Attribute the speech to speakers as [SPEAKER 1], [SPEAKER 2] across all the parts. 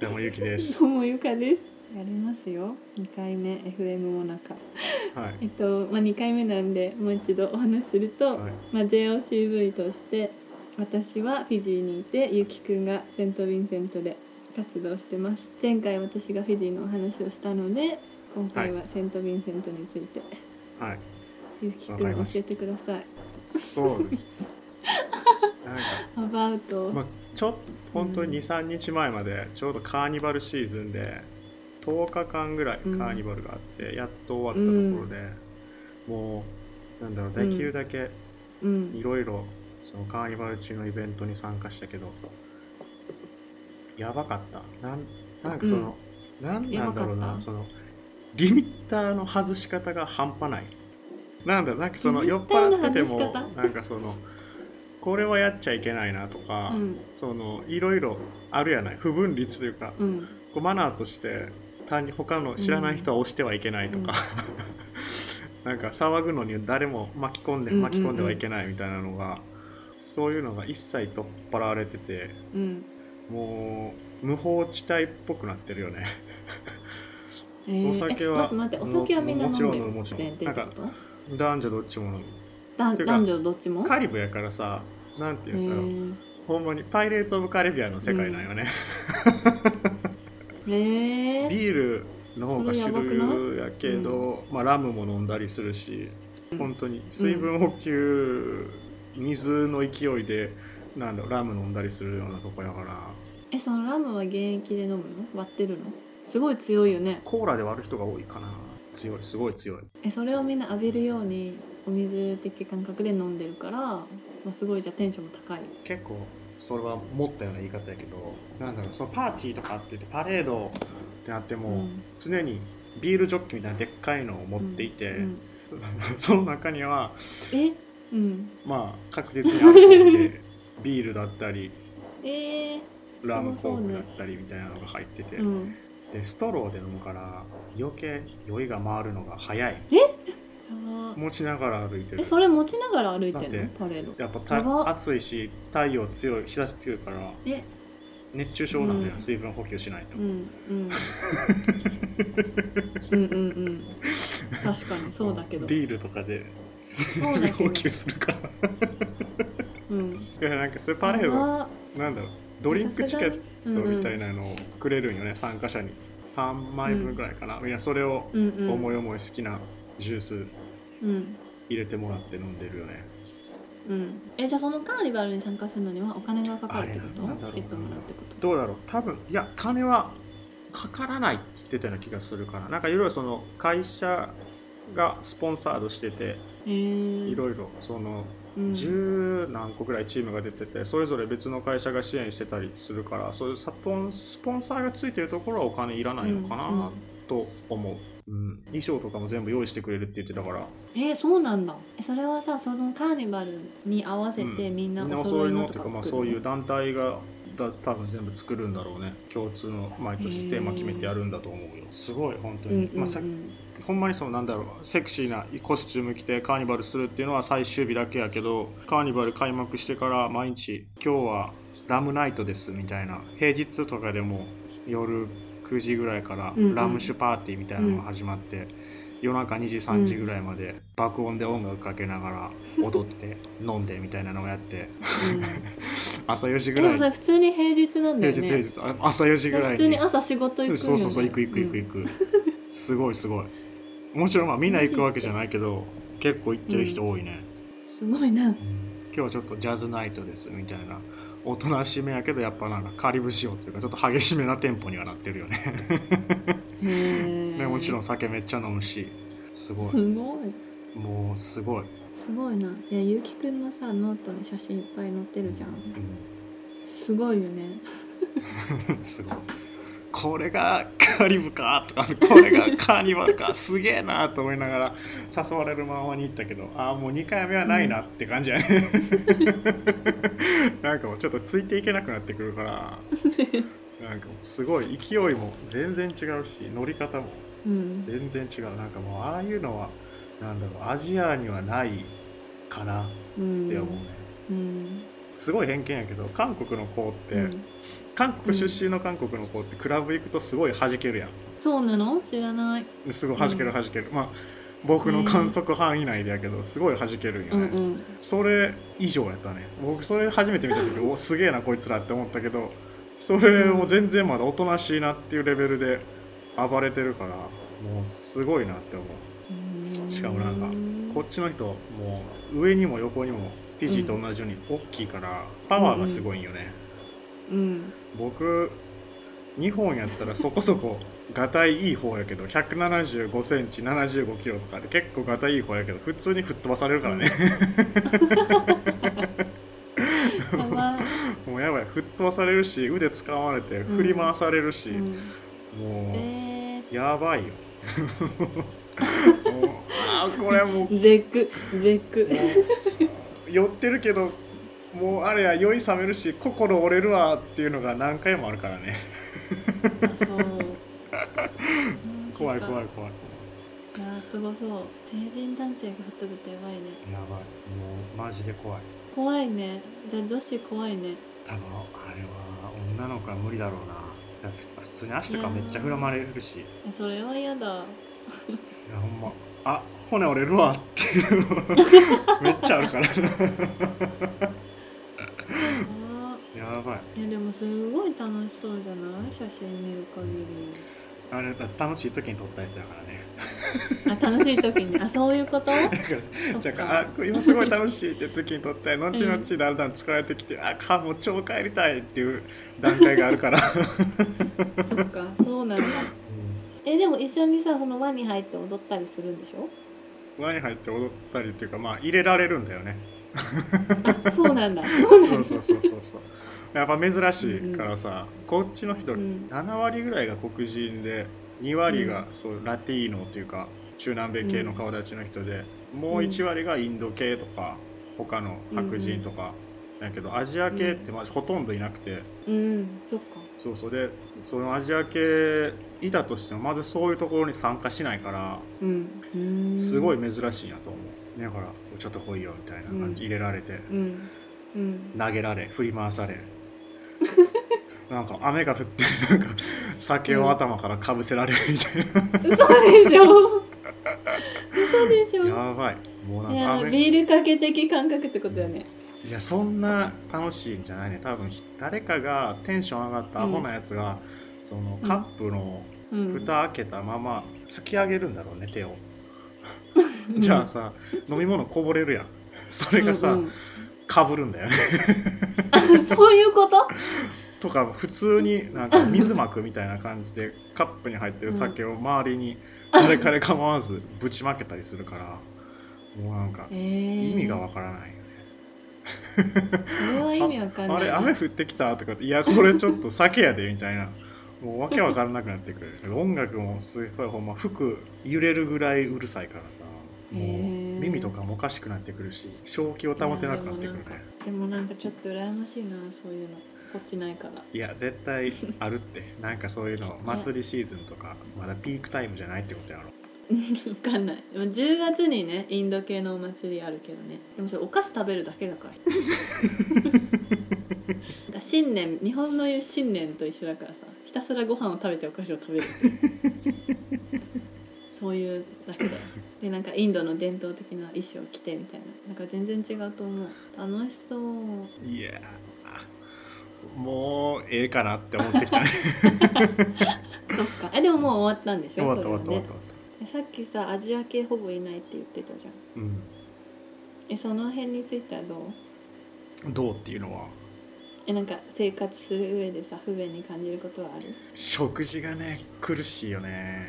[SPEAKER 1] どうもゆきです。
[SPEAKER 2] どうもゆかです。やりますよ。二回目 FM もなか。
[SPEAKER 1] はい。
[SPEAKER 2] えっとまあ二回目なんでもう一度お話しすると、
[SPEAKER 1] はい
[SPEAKER 2] まあ JOCV として私はフィジーにいてゆきくんがセントヴィンセントで活動してます。前回私がフィジーのお話をしたので、今回ははセントヴィンセントについて、
[SPEAKER 1] はい。
[SPEAKER 2] ゆき
[SPEAKER 1] わ
[SPEAKER 2] く
[SPEAKER 1] かり
[SPEAKER 2] ん
[SPEAKER 1] ま
[SPEAKER 2] 教
[SPEAKER 1] した
[SPEAKER 2] えてください。
[SPEAKER 1] そうです。なんか、
[SPEAKER 2] アバウト。
[SPEAKER 1] まあ、ちょっと本当に
[SPEAKER 2] う
[SPEAKER 1] 2、3日前までちょうどカーニバルシーズンで10日間ぐらいカ
[SPEAKER 2] うん
[SPEAKER 1] ーニバルがあって、やっと終わったところで、もうなんだろうできるだけ
[SPEAKER 2] う
[SPEAKER 1] い
[SPEAKER 2] ん。
[SPEAKER 1] ろいろそのカーニバル中のイベントに参加したけどやばかったなんなんかその、なんなんだろう
[SPEAKER 2] やばかっ
[SPEAKER 1] な
[SPEAKER 2] た
[SPEAKER 1] そのリミッターの外し方が半端ないなんだろうなんかその
[SPEAKER 2] リミ
[SPEAKER 1] 酔
[SPEAKER 2] ッ
[SPEAKER 1] っ
[SPEAKER 2] ターの
[SPEAKER 1] 払ってても
[SPEAKER 2] 外し方
[SPEAKER 1] なんかそのこれはやっちゃいけないなとか、
[SPEAKER 2] うん
[SPEAKER 1] そのいろいろあるやない不分率というか、
[SPEAKER 2] うん。
[SPEAKER 1] こうマナーとして単に他の知らない人は押してはいけないとか、 なんか騒ぐのに誰も巻き込んで
[SPEAKER 2] うんうんうん
[SPEAKER 1] 巻き込んではいけないみたいなのが、そういうのが一切取っ払われてて
[SPEAKER 2] うん。
[SPEAKER 1] もう無法地帯っぽくなってるよね
[SPEAKER 2] えー
[SPEAKER 1] お酒は
[SPEAKER 2] え待って待ってお酒はみんな飲んでる
[SPEAKER 1] もちろんもちろん
[SPEAKER 2] 前提ってこと
[SPEAKER 1] 男女どっちも
[SPEAKER 2] だん
[SPEAKER 1] てか
[SPEAKER 2] 男女どっちも
[SPEAKER 1] カリブやからさなんていうのさ、
[SPEAKER 2] へー
[SPEAKER 1] ほんまにパイレーツ・オブ・カリビアンの世界なんよね、
[SPEAKER 2] えー、
[SPEAKER 1] ビールの方が主流やけど、まあ、ラムも飲んだりするし、本当に水分補給、水の勢いでなんだろうラム飲んだりするようなとこやから
[SPEAKER 2] えそのラムは現役で飲むの割ってるのすごい強いよね
[SPEAKER 1] コーラで割る人が多いかな強いすごい強い
[SPEAKER 2] えそれをみんな浴びるようにお水的感覚で飲んでるから、まあ、すごいじゃあテンションも高い
[SPEAKER 1] 結構それは持ったような言い方やけどなんだろうそのパーティーとかって言ってパレードってなっても、
[SPEAKER 2] うん
[SPEAKER 1] 常にビールジョッキみたいなでっかいのを持っていて、
[SPEAKER 2] うん
[SPEAKER 1] その中には
[SPEAKER 2] えうん
[SPEAKER 1] まあ確実にアルコールでビールだったり
[SPEAKER 2] えー、
[SPEAKER 1] ラムコ
[SPEAKER 2] そう
[SPEAKER 1] ーク
[SPEAKER 2] ね
[SPEAKER 1] だったりみたいなのが入ってて、
[SPEAKER 2] うん
[SPEAKER 1] でストローで飲むから余計酔いが回るのが早い
[SPEAKER 2] やば
[SPEAKER 1] 持ちながら歩いてる
[SPEAKER 2] えそれ持ちながら歩いて
[SPEAKER 1] だ
[SPEAKER 2] ん
[SPEAKER 1] っ
[SPEAKER 2] の
[SPEAKER 1] て
[SPEAKER 2] パレード
[SPEAKER 1] やっぱた
[SPEAKER 2] やば
[SPEAKER 1] 暑いし太陽強い日差し強いから
[SPEAKER 2] え
[SPEAKER 1] 熱中症なんだよ、
[SPEAKER 2] うん
[SPEAKER 1] 水分補給しないと、
[SPEAKER 2] うんうん うんうんうん確かにそうだけど
[SPEAKER 1] ビールとかで水
[SPEAKER 2] う
[SPEAKER 1] 分
[SPEAKER 2] だけど
[SPEAKER 1] 補給するから
[SPEAKER 2] うん
[SPEAKER 1] いやなんかそういうパレード
[SPEAKER 2] あ
[SPEAKER 1] なんだろうドリンクチケットみたい
[SPEAKER 2] な
[SPEAKER 1] なのをくれるんよね、参加者に3枚分ぐらいかな、みんなそれを
[SPEAKER 2] うんうん
[SPEAKER 1] 思い思い好きなジュース
[SPEAKER 2] うん
[SPEAKER 1] 入れてもらって飲んでるよね、
[SPEAKER 2] うん、えじゃあそのカーニバルに参加するのにはお金がかかるってこ
[SPEAKER 1] あれなんだろうな
[SPEAKER 2] とチケットもらうってこと
[SPEAKER 1] どうだろう多分いや金はかからないって言ってたような気がするからなんかいろいろその会社がスポンサードしてて
[SPEAKER 2] へえ
[SPEAKER 1] いろいろその
[SPEAKER 2] うん、
[SPEAKER 1] 十何個ぐらいチームが出ててそれぞれ別の会社が支援してたりするからそういうサポンスポンサーがついてるところはお金いらないのか
[SPEAKER 2] うんう
[SPEAKER 1] なんと思う、うん、衣装とかも全部用意してくれるって言ってたから
[SPEAKER 2] えそうなんだえそれはさそのカーニバルに合わせて
[SPEAKER 1] うん
[SPEAKER 2] みんな
[SPEAKER 1] みんな
[SPEAKER 2] お
[SPEAKER 1] お
[SPEAKER 2] 揃
[SPEAKER 1] 揃
[SPEAKER 2] い
[SPEAKER 1] い
[SPEAKER 2] の
[SPEAKER 1] の
[SPEAKER 2] と
[SPEAKER 1] という
[SPEAKER 2] か
[SPEAKER 1] か、まあ、
[SPEAKER 2] 作
[SPEAKER 1] そう
[SPEAKER 2] る
[SPEAKER 1] いう団体がだ多分全部作るんだろうね共通の毎年テーマ決めてやるんだと思うよすごい本当
[SPEAKER 2] うん
[SPEAKER 1] に、
[SPEAKER 2] うんうん
[SPEAKER 1] まあ、さほんまにそのなんだろうセクシーなコスチューム着てカーニバルするっていうのは最終日だけやけどカーニバル開幕してから毎日今日はラムナイトですみたいな平日とかでも夜9時ぐらいから
[SPEAKER 2] うんうん
[SPEAKER 1] ラム酒パーティーみたいなのが始まって、夜中2時3時ぐらいまで爆音で音楽かけながら踊って飲んでみたいなのをやって
[SPEAKER 2] うん
[SPEAKER 1] 朝4時
[SPEAKER 2] え
[SPEAKER 1] ぐ
[SPEAKER 2] で
[SPEAKER 1] ら
[SPEAKER 2] も
[SPEAKER 1] い
[SPEAKER 2] それ普通に平日なんだ
[SPEAKER 1] 平
[SPEAKER 2] よ
[SPEAKER 1] 日
[SPEAKER 2] ね
[SPEAKER 1] 平日あ朝4時ぐらい
[SPEAKER 2] 普通に朝仕事行くよ、ね、
[SPEAKER 1] そうそうそう行く行く行く行く、すごいすごいもちろんまあみんな行くわけじゃないけど結構行ってる人多いね、
[SPEAKER 2] うんすごいな
[SPEAKER 1] 今日はちょっとジャズナイトですみたいなおとなしめやけどやっぱなんかカリブ仕様というかちょっと激しめなテンポにはなってるよね
[SPEAKER 2] へ え、
[SPEAKER 1] ねもちろん
[SPEAKER 2] す
[SPEAKER 1] 酒めっちゃ飲むしすごい
[SPEAKER 2] ごい
[SPEAKER 1] もうすごい、
[SPEAKER 2] すごいないやゆうきくんのさノートに写真いっぱい載ってるじゃん
[SPEAKER 1] う
[SPEAKER 2] すごいよね
[SPEAKER 1] んすごいこれがカリブかとかこれがカーニバルかすげえなと思いながら誘われるままに行ったけどああもう2回目はないなって感じやねなんかもうちょっとついていけなくなってくるからなんかもうすごい勢いも全然違うし乗り方も
[SPEAKER 2] うん
[SPEAKER 1] 全然違うなんかもうああいうのはなんだろうアジアにはないかなっ
[SPEAKER 2] うん
[SPEAKER 1] て思うね、
[SPEAKER 2] うん
[SPEAKER 1] すごい偏見やけど韓国の子って、
[SPEAKER 2] うん
[SPEAKER 1] 韓国出身の韓国の子ってクラブ行くとすごい弾けるやん
[SPEAKER 2] そうなの知らない、
[SPEAKER 1] すごい弾け
[SPEAKER 2] う
[SPEAKER 1] る
[SPEAKER 2] ん
[SPEAKER 1] 弾ける、まあ僕の観測範囲内でやけどすごい弾けるんよ
[SPEAKER 2] う
[SPEAKER 1] ね、
[SPEAKER 2] んうん
[SPEAKER 1] それ以上やったね僕それ初めて見た 時おすげえなこいつらって思ったけどそれを全然まだおとなしいなっていうレベルで暴れてるからもうすごいなって思うしかもなんかこっちの人もう上にも横にもフィジーと同じように大きいからパワーがすごいんよね、
[SPEAKER 2] うん
[SPEAKER 1] 僕日本やったらそこそこがたいいい方やけど1 7 5センチ7 5キロとかで結構がたいい方やけど普通に吹っ飛ばされるからね
[SPEAKER 2] やばい、
[SPEAKER 1] もうやばい吹っ飛ばされるし腕使われて振り回されるし、
[SPEAKER 2] うん、
[SPEAKER 1] も
[SPEAKER 2] え
[SPEAKER 1] うやばい よもうあーこれもう
[SPEAKER 2] ー、絶句絶句
[SPEAKER 1] もう酔ってるけどもうあれや酔い冷めるし心折れるわっていうのが何回もあるからね
[SPEAKER 2] そう
[SPEAKER 1] 怖い怖い怖い
[SPEAKER 2] いいやーすごそう成人男性が吹っ飛ぶとやばいね
[SPEAKER 1] やばいもうマジで怖い
[SPEAKER 2] 怖いねじゃあ女子怖いね
[SPEAKER 1] 多分あれは女の子は無理だろうなだって普通に足とかめっちゃ振らまれるし、
[SPEAKER 2] えそれは嫌だ
[SPEAKER 1] いやほんまあ骨折れるわっていう のめっちゃあるから
[SPEAKER 2] あ
[SPEAKER 1] やばい
[SPEAKER 2] ーえでもすごい楽しそうじゃない写真見る限
[SPEAKER 1] あれだ楽しい時に撮ったやつだからね
[SPEAKER 2] りあ楽しい時にあそういうこと
[SPEAKER 1] だから
[SPEAKER 2] っか
[SPEAKER 1] だからあこれ今すごい楽しいって時に撮って後々だんだん疲れてきて、あかもう超帰りたいっていう段階があるから
[SPEAKER 2] そっかそうなんだえでも一緒にさその輪に入って踊ったりするんでしょ
[SPEAKER 1] 輪に入って踊ったりっていうかまあ入れられるんだよね
[SPEAKER 2] あそうなんだそうなん
[SPEAKER 1] そ
[SPEAKER 2] だ
[SPEAKER 1] うそうそうそうそうやっぱ珍しいからさ、こっちの人
[SPEAKER 2] うん
[SPEAKER 1] 7割ぐらいが黒人で2割がそうラティーノっていうか中南米系の顔立ちの人で、もう1割がインド系とか他の白人とかだけど、アジア系ってまじほとんどいなくて、
[SPEAKER 2] うんそっか
[SPEAKER 1] そうそうでそのアジア系いたとしてもまずそういうところに参加しないから
[SPEAKER 2] うんうーん
[SPEAKER 1] すごい珍しいなと思う、だから「ちょっと来いよ」みたいな感じ
[SPEAKER 2] う
[SPEAKER 1] 入れられて、
[SPEAKER 2] うんうん
[SPEAKER 1] 投げられ振り回されなんか雨が降ってなんか酒を頭からかぶせられるみたい
[SPEAKER 2] 嘘でしょ嘘でしょ
[SPEAKER 1] な、やばいもうないん
[SPEAKER 2] や
[SPEAKER 1] か
[SPEAKER 2] ー
[SPEAKER 1] 雨
[SPEAKER 2] ビールかけ的感覚ってことよね
[SPEAKER 1] いやそんな楽しいんじゃないね多分誰かがテンション上がったアホなやつが、そのカップの
[SPEAKER 2] うん
[SPEAKER 1] 蓋開けたまま突き上げるんだろうね手を。じゃあさ飲み物こぼれるやんそれがさ、
[SPEAKER 2] うんうん
[SPEAKER 1] かぶるんだよね
[SPEAKER 2] あそういうこ
[SPEAKER 1] と
[SPEAKER 2] と
[SPEAKER 1] か普通になんか水膜みたいな感じでカップに入ってる酒を周りに誰かで構わずぶちまけたりするからもうなんか
[SPEAKER 2] え
[SPEAKER 1] 意
[SPEAKER 2] ー、
[SPEAKER 1] 味がわからないよね
[SPEAKER 2] それは意味わかんない
[SPEAKER 1] あれ雨降ってきたとかっていやこれちょっと酒やでみたいなもうわけわからなくなってくる音楽もすごいほんま服揺れるぐらいうるさいからさもう
[SPEAKER 2] へー
[SPEAKER 1] 耳とかもおかしくなってくるし正気を保てなくなってくるね
[SPEAKER 2] でもなんかちょっと羨ましいなそういうのこっちないから
[SPEAKER 1] いや絶対あるってなんかそういうの祭りシーズンとかまだピークタイムじゃないってことやろ
[SPEAKER 2] 分かんないでも10月にねインド系のお祭りあるけどねでもそれお菓子食べるだけだからなんか新年日本の言う新年と一緒だからさひたすらご飯を食べてお菓子を食べるそういうだけだよでなんかインドの伝統的な衣装を着てみたいななんか全然違うと思う楽しそう
[SPEAKER 1] いやーもうええかなって思ってきた ね
[SPEAKER 2] そっかえでももう終わったんでし
[SPEAKER 1] 終
[SPEAKER 2] ょ
[SPEAKER 1] わった終わった
[SPEAKER 2] そ
[SPEAKER 1] 終
[SPEAKER 2] れ
[SPEAKER 1] わ
[SPEAKER 2] は
[SPEAKER 1] っ
[SPEAKER 2] ね
[SPEAKER 1] た、
[SPEAKER 2] さっきさアジア系ほぼいないって言ってたじゃんえその辺についてはどう
[SPEAKER 1] うんどうっていうのは
[SPEAKER 2] えなんか生活する上でさ不便に感じることはある
[SPEAKER 1] 食事がね苦しいよね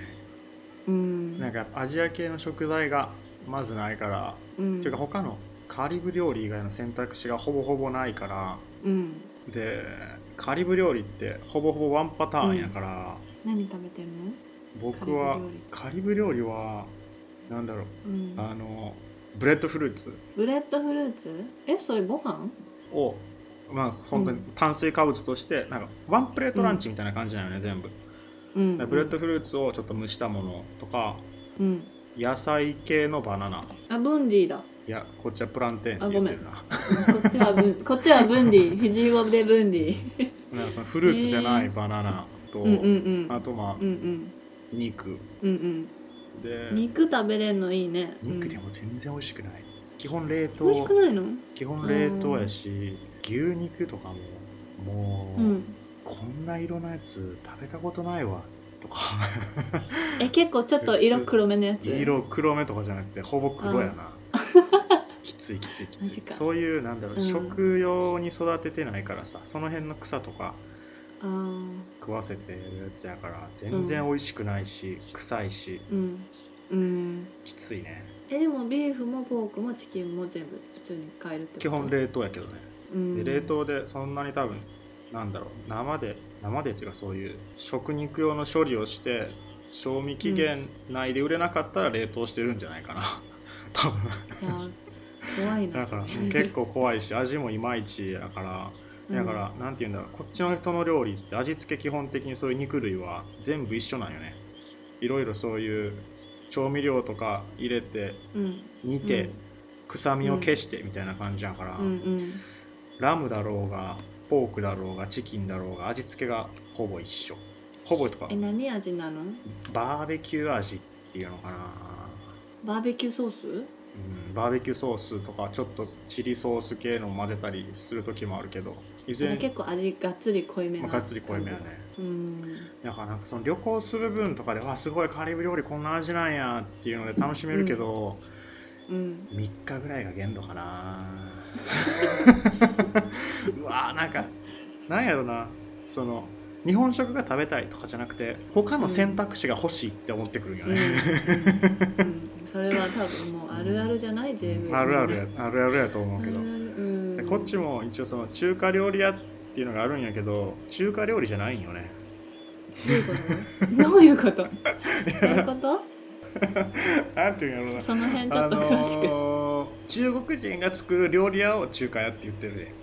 [SPEAKER 2] うん
[SPEAKER 1] なんかアジア系の食材がまずないから、
[SPEAKER 2] うん
[SPEAKER 1] ていうか他のカリブ料理以外の選択肢がほぼほぼないから
[SPEAKER 2] うん
[SPEAKER 1] でカリブ料理ってほぼほぼワンパターンやから、
[SPEAKER 2] 何食べてるの
[SPEAKER 1] 僕はカリブ料理はなんだろう
[SPEAKER 2] うん
[SPEAKER 1] あのブレッドフルーツ
[SPEAKER 2] ブレッドフルーツえそれご飯
[SPEAKER 1] をまあ本当に炭水化物としてなんかワンプレートランチみたいな感じなのね、全部だか
[SPEAKER 2] うん
[SPEAKER 1] らブレッドフルーツをちょっと蒸したものとか
[SPEAKER 2] うん
[SPEAKER 1] 野菜系のバナナ
[SPEAKER 2] あブンディだ
[SPEAKER 1] いやこっちはプランテーン
[SPEAKER 2] あ
[SPEAKER 1] っ
[SPEAKER 2] ご
[SPEAKER 1] て言
[SPEAKER 2] め
[SPEAKER 1] って
[SPEAKER 2] ん
[SPEAKER 1] るな
[SPEAKER 2] こっちは ブンこっちはブンディフィジー語でブンディ
[SPEAKER 1] なんかそのフルーツじゃないバナナと、
[SPEAKER 2] うんうんうん
[SPEAKER 1] あとまあ
[SPEAKER 2] うんうん
[SPEAKER 1] 肉
[SPEAKER 2] うん
[SPEAKER 1] で
[SPEAKER 2] うん肉食べれんのいいね
[SPEAKER 1] 肉で
[SPEAKER 2] も、
[SPEAKER 1] も全然美味しくない基本冷
[SPEAKER 2] うん、美味しく
[SPEAKER 1] 凍
[SPEAKER 2] ないの
[SPEAKER 1] 基本冷凍やし牛肉とかもも
[SPEAKER 2] う
[SPEAKER 1] う、
[SPEAKER 2] ん
[SPEAKER 1] こんな色のやつ食べたことないわとか
[SPEAKER 2] え結構ちょっと色黒めのやつ
[SPEAKER 1] 色黒目とかじゃなくてほぼ黒やなきついきついき
[SPEAKER 2] マ
[SPEAKER 1] つ
[SPEAKER 2] ジ
[SPEAKER 1] い
[SPEAKER 2] か
[SPEAKER 1] そういうなんだろう、
[SPEAKER 2] うん
[SPEAKER 1] 食用に育ててないからさその辺の草とか
[SPEAKER 2] あー
[SPEAKER 1] 食わせてるやつやから全然美味しくないし、臭いし
[SPEAKER 2] うんうん
[SPEAKER 1] きついね
[SPEAKER 2] えでもビーフもポークもチキンも全部普通に買えるってこと
[SPEAKER 1] 基本、冷凍やけどね、
[SPEAKER 2] うん、
[SPEAKER 1] で冷凍でそんなに多分なんだろう生で生でっていうかそういう食肉用の処理をして賞味期限内で売れなかったら冷凍してるんじゃないか な多分
[SPEAKER 2] いや怖いな
[SPEAKER 1] だからうん結構怖いし味もいまいちだからだか、ら、なんて言うんだろうこっちの人の料理って味付け基本的にそういう肉類は全部一緒なんよねいろいろそういう調味料とか入れて
[SPEAKER 2] うんうん
[SPEAKER 1] 煮
[SPEAKER 2] う
[SPEAKER 1] て
[SPEAKER 2] ん
[SPEAKER 1] 臭みを消してみたいな感じだから、
[SPEAKER 2] うんうん
[SPEAKER 1] ラムだろうがポークだろうがチキンだろうが味付けがほぼ一緒ほぼとか
[SPEAKER 2] え何味なの
[SPEAKER 1] バーベキュー味っていうのかな、
[SPEAKER 2] バーベキューソース
[SPEAKER 1] うん、バーベキューソースとかちょっとチリソース系の混ぜたりする時もあるけどい
[SPEAKER 2] じ
[SPEAKER 1] ず
[SPEAKER 2] ゃ
[SPEAKER 1] れ
[SPEAKER 2] あ結構味がっつり濃いめ
[SPEAKER 1] ま
[SPEAKER 2] な
[SPEAKER 1] あがっつり濃いめやね
[SPEAKER 2] うん
[SPEAKER 1] だからなんかその旅行する分とかでわあすごいカリブ料理こんな味なんやっていうので楽しめるけど、
[SPEAKER 2] うん
[SPEAKER 1] 3日ぐらいが限度かな うわーなんかなんやろなその日本食が食べたいとかじゃなくて他の選択肢が欲しいって思ってくるよ
[SPEAKER 2] うん、う
[SPEAKER 1] ね、
[SPEAKER 2] ん、それは多分もうあるあるじゃない JV
[SPEAKER 1] あるあるやあるあるやと思うけど、
[SPEAKER 2] うん
[SPEAKER 1] でこっちも一応その中華料理屋っていうのがあるんやけど中華料理じゃないんよね
[SPEAKER 2] どういうことどういうことどういうこ
[SPEAKER 1] なんていうんやろうな
[SPEAKER 2] とその辺ちょっと詳しく、
[SPEAKER 1] あのー中国人が作る料理屋を中華屋って言ってるで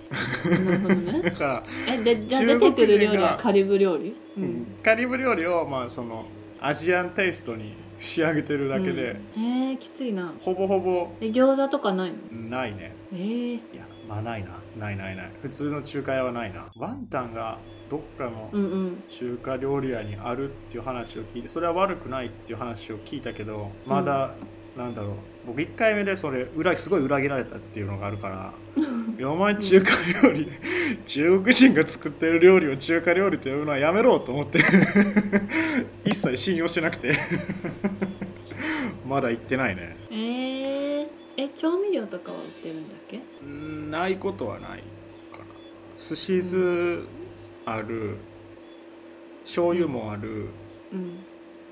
[SPEAKER 2] なるほどね
[SPEAKER 1] だから、
[SPEAKER 2] えでじゃあ
[SPEAKER 1] 中
[SPEAKER 2] 出
[SPEAKER 1] 国
[SPEAKER 2] て
[SPEAKER 1] 人が
[SPEAKER 2] くる料理はカリブ料理、うん、
[SPEAKER 1] カリブ料理をまあそのアジアンテイストに仕上げてるだけで、
[SPEAKER 2] うんへえきついな
[SPEAKER 1] ほぼほぼ
[SPEAKER 2] え餃子とかないの
[SPEAKER 1] ないね
[SPEAKER 2] ええ
[SPEAKER 1] いやまあないなないないない普通の中華屋はないなワンタンがどっかの
[SPEAKER 2] うんうん
[SPEAKER 1] 中華料理屋にあるっていう話を聞いてそれは悪くないっていう話を聞いたけどまだ、なんだろう僕1回目でそれ裏すごい裏切られたっていうのがあるから「いやお前中華料理 中国人が作ってる料理を中華料理と呼ぶのはやめろ」と思って 一切信用しなくて まだ行ってないね
[SPEAKER 2] えええ調味料とかは売ってるんだっけ
[SPEAKER 1] うんないことはないかなすし酢ある醤油もある、
[SPEAKER 2] うん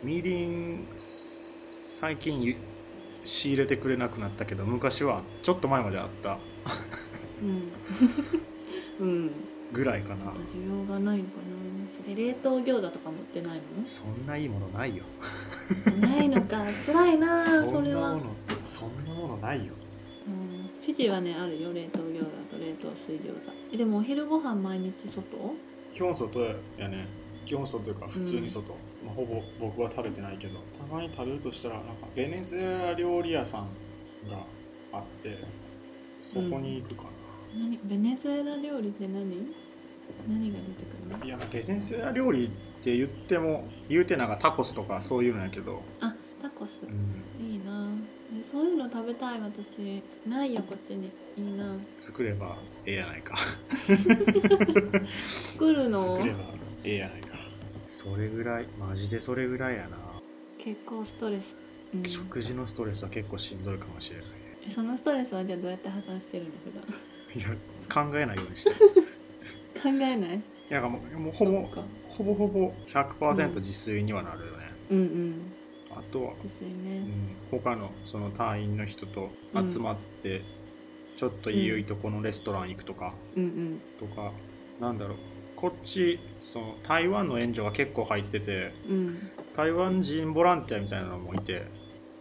[SPEAKER 1] みりん最近ゆ仕入れてくれなくなったけど昔はちょっと前まであった
[SPEAKER 2] うん うん
[SPEAKER 1] ぐらいかな
[SPEAKER 2] 需要がないのかなえ冷凍餃子とかも売ってない
[SPEAKER 1] そんないいものないよ
[SPEAKER 2] のないのか辛いなそ
[SPEAKER 1] そん
[SPEAKER 2] れ
[SPEAKER 1] な
[SPEAKER 2] は
[SPEAKER 1] ものそんなものないよ
[SPEAKER 2] うんフィジーはねあるよ冷凍餃子と冷凍水餃子えでもお昼ご飯毎日外
[SPEAKER 1] 基本外やね基本外というか普通に外、まあ、ほぼ僕は食べてないけどたまに食べるとしたらなんかベネズエラ料理屋さんがあってそこに行くかな、
[SPEAKER 2] 何ベネズエラ料理って何何が出てくるの
[SPEAKER 1] いやベネズエラ料理って言っても言うてなんかタコスとかそういうのやけど、
[SPEAKER 2] あタコス
[SPEAKER 1] うん、
[SPEAKER 2] いいなえそういうの食べたい私ないよこっちにいいな
[SPEAKER 1] 作ればええやないか
[SPEAKER 2] 作るの
[SPEAKER 1] 作ればええやないかそれぐらいマジでそれぐらいやな、
[SPEAKER 2] 結構ストレス、うん、
[SPEAKER 1] 食事のストレスは結構しんどいかもしれないね
[SPEAKER 2] えそのストレスはじゃあどうやって破産してるの普段
[SPEAKER 1] いや考えないように してる
[SPEAKER 2] 考えない
[SPEAKER 1] いやもうもうほぼ
[SPEAKER 2] そっか
[SPEAKER 1] ほぼほぼ100%
[SPEAKER 2] うん
[SPEAKER 1] 自炊にはなるよね、
[SPEAKER 2] うんうん
[SPEAKER 1] あとは、
[SPEAKER 2] ですよ
[SPEAKER 1] う
[SPEAKER 2] ね。
[SPEAKER 1] ん、他のその隊員の人と集まって、ちょっといいとこのレストラン行くとか、
[SPEAKER 2] うん
[SPEAKER 1] とかなんだろうこっちその台湾の援助が結構入ってて
[SPEAKER 2] うんうん
[SPEAKER 1] 台湾人ボランティアみたいなのもいて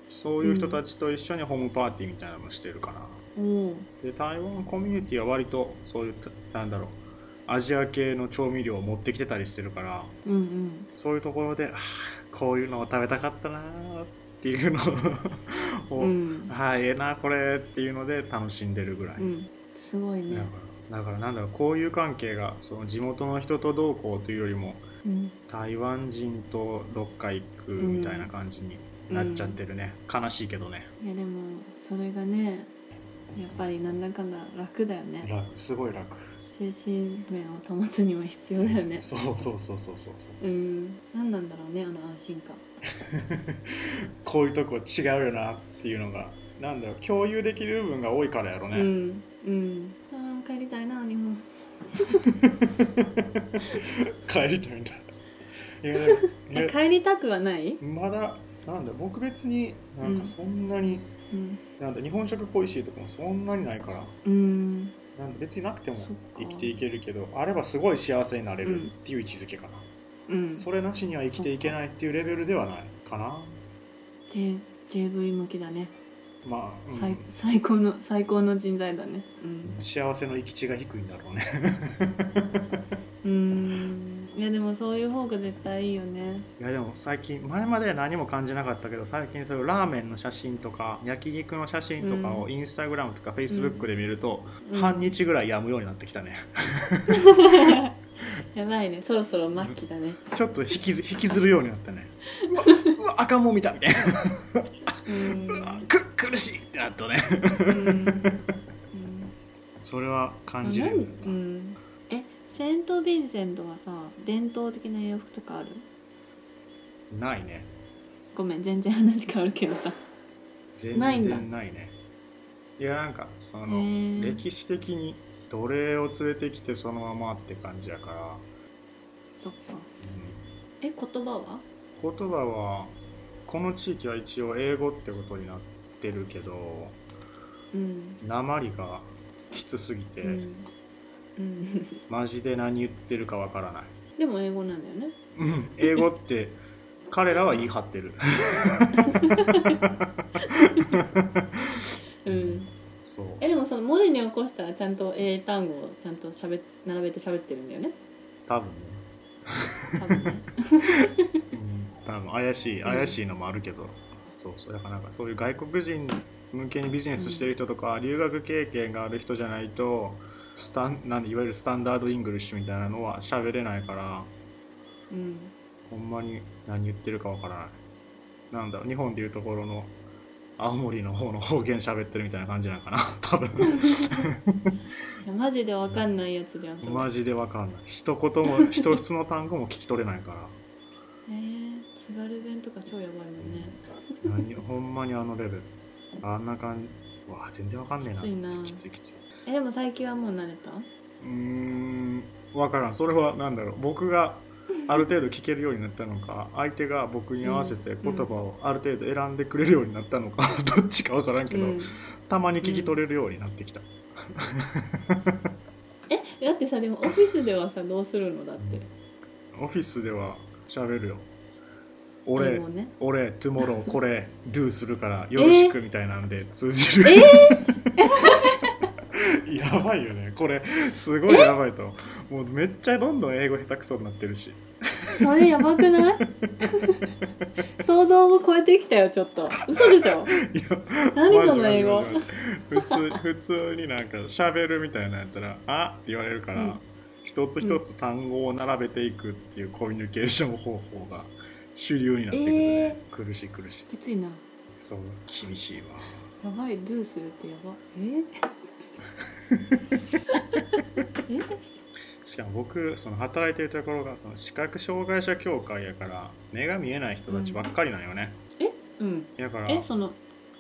[SPEAKER 1] そういう人たちと一緒にホームパーティーみたいなのもしてるかな、
[SPEAKER 2] おう
[SPEAKER 1] で台湾コミュニティは割とそういうなんだろうアジア系の調味料を持ってきてたりしてるから
[SPEAKER 2] うんうん
[SPEAKER 1] そういうところであーこういうのを食べたかったなーっていうのをお
[SPEAKER 2] うん
[SPEAKER 1] ああええなこれっていうので楽しんでるぐらい、
[SPEAKER 2] うんすごい
[SPEAKER 1] だ
[SPEAKER 2] ね
[SPEAKER 1] か、らだからなんだろう交友関係がその地元の人とどうこうというよりも
[SPEAKER 2] うん、
[SPEAKER 1] 台湾人とどっか行くみたいな感じになっちゃってるね、悲しいけどね
[SPEAKER 2] いやでもそれがねやっぱりなんだかんだ楽だよね
[SPEAKER 1] 楽すごい楽
[SPEAKER 2] 精神面を保つには必要だよね
[SPEAKER 1] そうそうそうそうそうそう
[SPEAKER 2] うん何なんだろうねあの安心感
[SPEAKER 1] こういうとこ違うよなっていうのがなんだろう共有できる部分が多いからやろね、
[SPEAKER 2] うんうんあー帰りたいな日本
[SPEAKER 1] 帰りたいんだいや
[SPEAKER 2] え
[SPEAKER 1] い や
[SPEAKER 2] 帰りたくはない、
[SPEAKER 1] まだなんだ僕別になん
[SPEAKER 2] うん
[SPEAKER 1] かそんなに、
[SPEAKER 2] うん、
[SPEAKER 1] なんだ日本食恋しいとかもそんなにないから
[SPEAKER 2] うん
[SPEAKER 1] なんだ別になくても
[SPEAKER 2] そっか
[SPEAKER 1] 生きていけるけどあればすごい幸せになれるっていう位置づけかな、
[SPEAKER 2] うん
[SPEAKER 1] それなしには生きていけないっていうレベルではないかな
[SPEAKER 2] J JV 向きだね、
[SPEAKER 1] まあ、うん
[SPEAKER 2] 最最高の最高の人材だねうん
[SPEAKER 1] 幸せの行き地が低いんだろうね
[SPEAKER 2] うんいやでもそういう方が絶対いいよね
[SPEAKER 1] いやでも最近前までは何も感じなかったけど最近そういうラーメンの写真とか焼肉の写真とかをインスタグラムとかフェイスブックで見ると、
[SPEAKER 2] うん
[SPEAKER 1] 半日ぐらいやむようになってきたね
[SPEAKER 2] やばいねそろそろ末期だね
[SPEAKER 1] ちょっと引きず引きずるようになった ねうわうわ赤んも見たみたいな
[SPEAKER 2] うん
[SPEAKER 1] うわく苦しいってなったね
[SPEAKER 2] うん
[SPEAKER 1] それは
[SPEAKER 2] あ
[SPEAKER 1] 感
[SPEAKER 2] なん
[SPEAKER 1] じるようになっ
[SPEAKER 2] う
[SPEAKER 1] た
[SPEAKER 2] んえセント・ヴィンセントはさ伝統的な洋服とかある
[SPEAKER 1] ないね
[SPEAKER 2] ごめん全然話変わるけどさ
[SPEAKER 1] 全
[SPEAKER 2] ないんだ
[SPEAKER 1] 然ないねいやなんかそ
[SPEAKER 2] へ
[SPEAKER 1] の
[SPEAKER 2] ー
[SPEAKER 1] 歴史的に奴隷を連れてきてそのままって感じやから、
[SPEAKER 2] そっかえ言葉は
[SPEAKER 1] うん言葉はこの地域は一応英語ってことになってるけど
[SPEAKER 2] うん
[SPEAKER 1] 鉛がきつすぎて、
[SPEAKER 2] うん、うん、
[SPEAKER 1] マジで何言ってるかわからない、
[SPEAKER 2] でも英語なんだよね
[SPEAKER 1] うん、英語って彼らは言い張って る
[SPEAKER 2] うん
[SPEAKER 1] そう
[SPEAKER 2] えでもその文字に起こしたらちゃんと英単語をちゃんとしゃべ並べて喋ってるんだよね
[SPEAKER 1] 多分ね
[SPEAKER 2] 多 分ね
[SPEAKER 1] 多分怪しい
[SPEAKER 2] ん
[SPEAKER 1] 怪しいのもあるけど、そうそうだからなんかそういう外国人向けにビジネスしてる人とか、留学経験がある人じゃないとスタンなんいわゆるスタンダードイングリッシュみたいなのは喋れないから
[SPEAKER 2] うん
[SPEAKER 1] ほんまに何言ってるかわからないなんだろう日本でいうところの青森の方の方言喋ってるみたいな感じなのかな多 分
[SPEAKER 2] いやマジでわかんないやつじゃんそれ
[SPEAKER 1] マジでわかんない一言も一つの単語も聞き取れないから
[SPEAKER 2] えー、津軽弁とか超やばいもんね
[SPEAKER 1] 何ほんまにあのレベルあんな感じわあ全然わかんねえな
[SPEAKER 2] きついな
[SPEAKER 1] きついきつい
[SPEAKER 2] えでも最近はもう慣れた
[SPEAKER 1] うーんわからんそれは何だろう僕がある程度聞けるようになったのか相手が僕に合わせて言葉をある程度選んでくれるようになったのか どっちかわからんけど、
[SPEAKER 2] うん
[SPEAKER 1] たまに聞き取れるようになってきた、
[SPEAKER 2] えだってさでもオフィスではさどうするのだって
[SPEAKER 1] オフィスでは喋るよ俺、
[SPEAKER 2] 英語ね
[SPEAKER 1] 俺、トゥモロー、これ、ドゥするから、よろしくみたいなんで通じる。 やばいよね、これ、すごいやばいと。もうめっちゃどんどん英語下手くそになってるし。
[SPEAKER 2] それやばくない 想像を超えてきたよちょっと嘘で
[SPEAKER 1] い
[SPEAKER 2] しょ
[SPEAKER 1] や
[SPEAKER 2] 何
[SPEAKER 1] マジ
[SPEAKER 2] その英語
[SPEAKER 1] マジマジ普通普通になんか喋るみたいなやったら「あっ」って言われるから、
[SPEAKER 2] うん
[SPEAKER 1] 一つ一つ単語を並べていくっていうコミュニケーション方法が主流になってくるね、
[SPEAKER 2] え
[SPEAKER 1] 苦しい苦しい
[SPEAKER 2] きついな
[SPEAKER 1] そう厳しいわ
[SPEAKER 2] やばいルーするってやばええ
[SPEAKER 1] しかも僕その働いてるところがその視覚障害者協会やから目が見えない人たちばっかりなんよね、
[SPEAKER 2] うん
[SPEAKER 1] だから
[SPEAKER 2] えその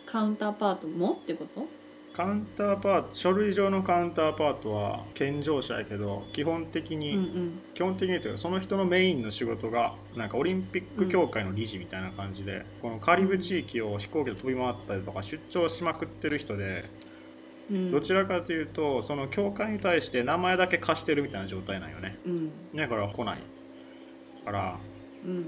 [SPEAKER 2] カウンターパートもってこと
[SPEAKER 1] カウンターパート書類上のカウンターパートは健常者やけど基本的
[SPEAKER 2] う
[SPEAKER 1] に、
[SPEAKER 2] んうん
[SPEAKER 1] 基本的にというかその人のメインの仕事がなんかオリンピック協会の理事みたいな感じで、このカリブ地域を飛行機で飛び回ったりとか出張しまくってる人で
[SPEAKER 2] うん
[SPEAKER 1] どちらかというとその協会に対して名前だけ貸してるみたいな状態なんよね
[SPEAKER 2] うん
[SPEAKER 1] だから来ないから
[SPEAKER 2] うん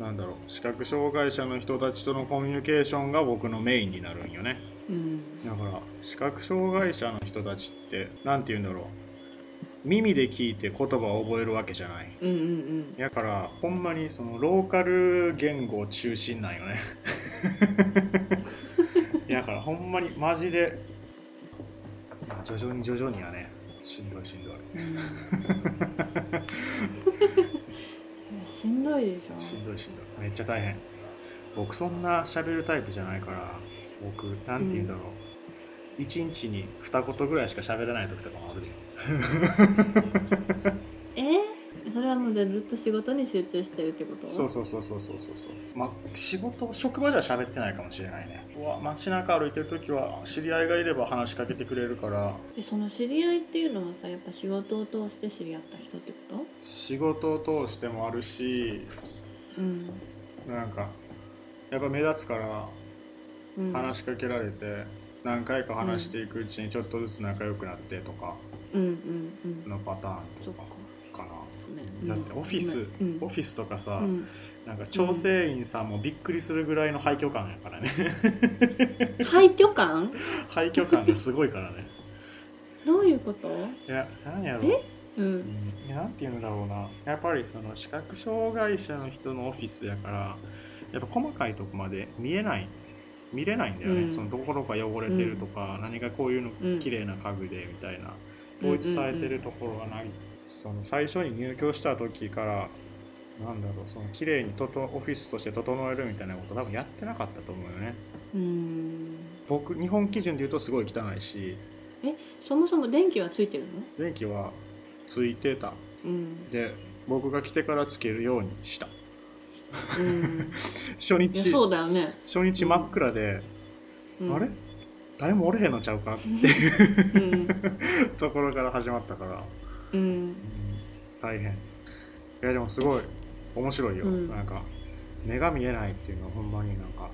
[SPEAKER 1] なんだろう視覚障害者の人たちとのコミュニケーションが僕のメインになるんよね
[SPEAKER 2] うん
[SPEAKER 1] だから視覚障害者の人たちって何て言うんだろう耳で聞いて言葉を覚えるわけじゃない
[SPEAKER 2] うんうん
[SPEAKER 1] だからほんまにそのローカル言語中心なんよねやからほんまにマジでまあ徐々に徐々にやねしんどいしんどい
[SPEAKER 2] いや しんどいでしょ
[SPEAKER 1] しんどいしんどいめっちゃ大変僕そんな喋るタイプじゃないから僕なんて言うんだろう、一1日に2言ぐらいしか喋らない時とかもあるで
[SPEAKER 2] えーそれはもうじゃあずっと仕事に集中してるってこと
[SPEAKER 1] そうそうそうそうそうそうそうまあ仕事職場では喋ってないかもしれないねうわ街中歩いてる時は知り合いがいれば話しかけてくれるから
[SPEAKER 2] でその知り合いっていうのはさやっぱ仕事を通して知り合った人ってこ
[SPEAKER 1] 仕事を通してもあるし
[SPEAKER 2] とうん、
[SPEAKER 1] なんかやっぱ目立つから
[SPEAKER 2] うん、
[SPEAKER 1] 話しかけられて何回か話していくうちにちょっとずつ仲良くなってとか
[SPEAKER 2] うんうんうん
[SPEAKER 1] のパターン
[SPEAKER 2] そ
[SPEAKER 1] と
[SPEAKER 2] っ
[SPEAKER 1] か
[SPEAKER 2] か
[SPEAKER 1] かな
[SPEAKER 2] ね
[SPEAKER 1] だってオフィス、
[SPEAKER 2] うん
[SPEAKER 1] オフィスとかさ、
[SPEAKER 2] うん
[SPEAKER 1] なんか調整員さんもびっくりするぐらいの廃墟感やからね
[SPEAKER 2] 廃墟感
[SPEAKER 1] 廃墟感がすごいからね
[SPEAKER 2] どういうこと
[SPEAKER 1] いやなんやろ
[SPEAKER 2] えう
[SPEAKER 1] うんんいやなんて言うんだろうなやっぱりその視覚障害者の人のオフィスやからやっぱ細かいとこまで見えない見れないんだよね、
[SPEAKER 2] うん
[SPEAKER 1] そのどころか汚れてるとか、何がこういうの
[SPEAKER 2] うん
[SPEAKER 1] 綺麗な家具でみたいな
[SPEAKER 2] うん
[SPEAKER 1] 統一されてるところがない、その最初に入居した時からなんだろうその綺麗にととオフィスとして整えるみたいなこと多分やってなかったと思うよね
[SPEAKER 2] うん
[SPEAKER 1] 僕日本基準で言うとすごい汚いし
[SPEAKER 2] そもそも電気はついてるの
[SPEAKER 1] 電気はついてた
[SPEAKER 2] うん
[SPEAKER 1] で僕が来てからつけるようにした
[SPEAKER 2] うん
[SPEAKER 1] 初
[SPEAKER 2] いや
[SPEAKER 1] 日
[SPEAKER 2] そうだよね、
[SPEAKER 1] 初日真っ暗で、
[SPEAKER 2] うん、
[SPEAKER 1] あれ誰もおれへんのちゃうかって
[SPEAKER 2] うん
[SPEAKER 1] ところから始まったから、
[SPEAKER 2] うん
[SPEAKER 1] 大変いやでもすごい面白いよ、
[SPEAKER 2] うん
[SPEAKER 1] なんか目が見えないっていうのはほんまになんか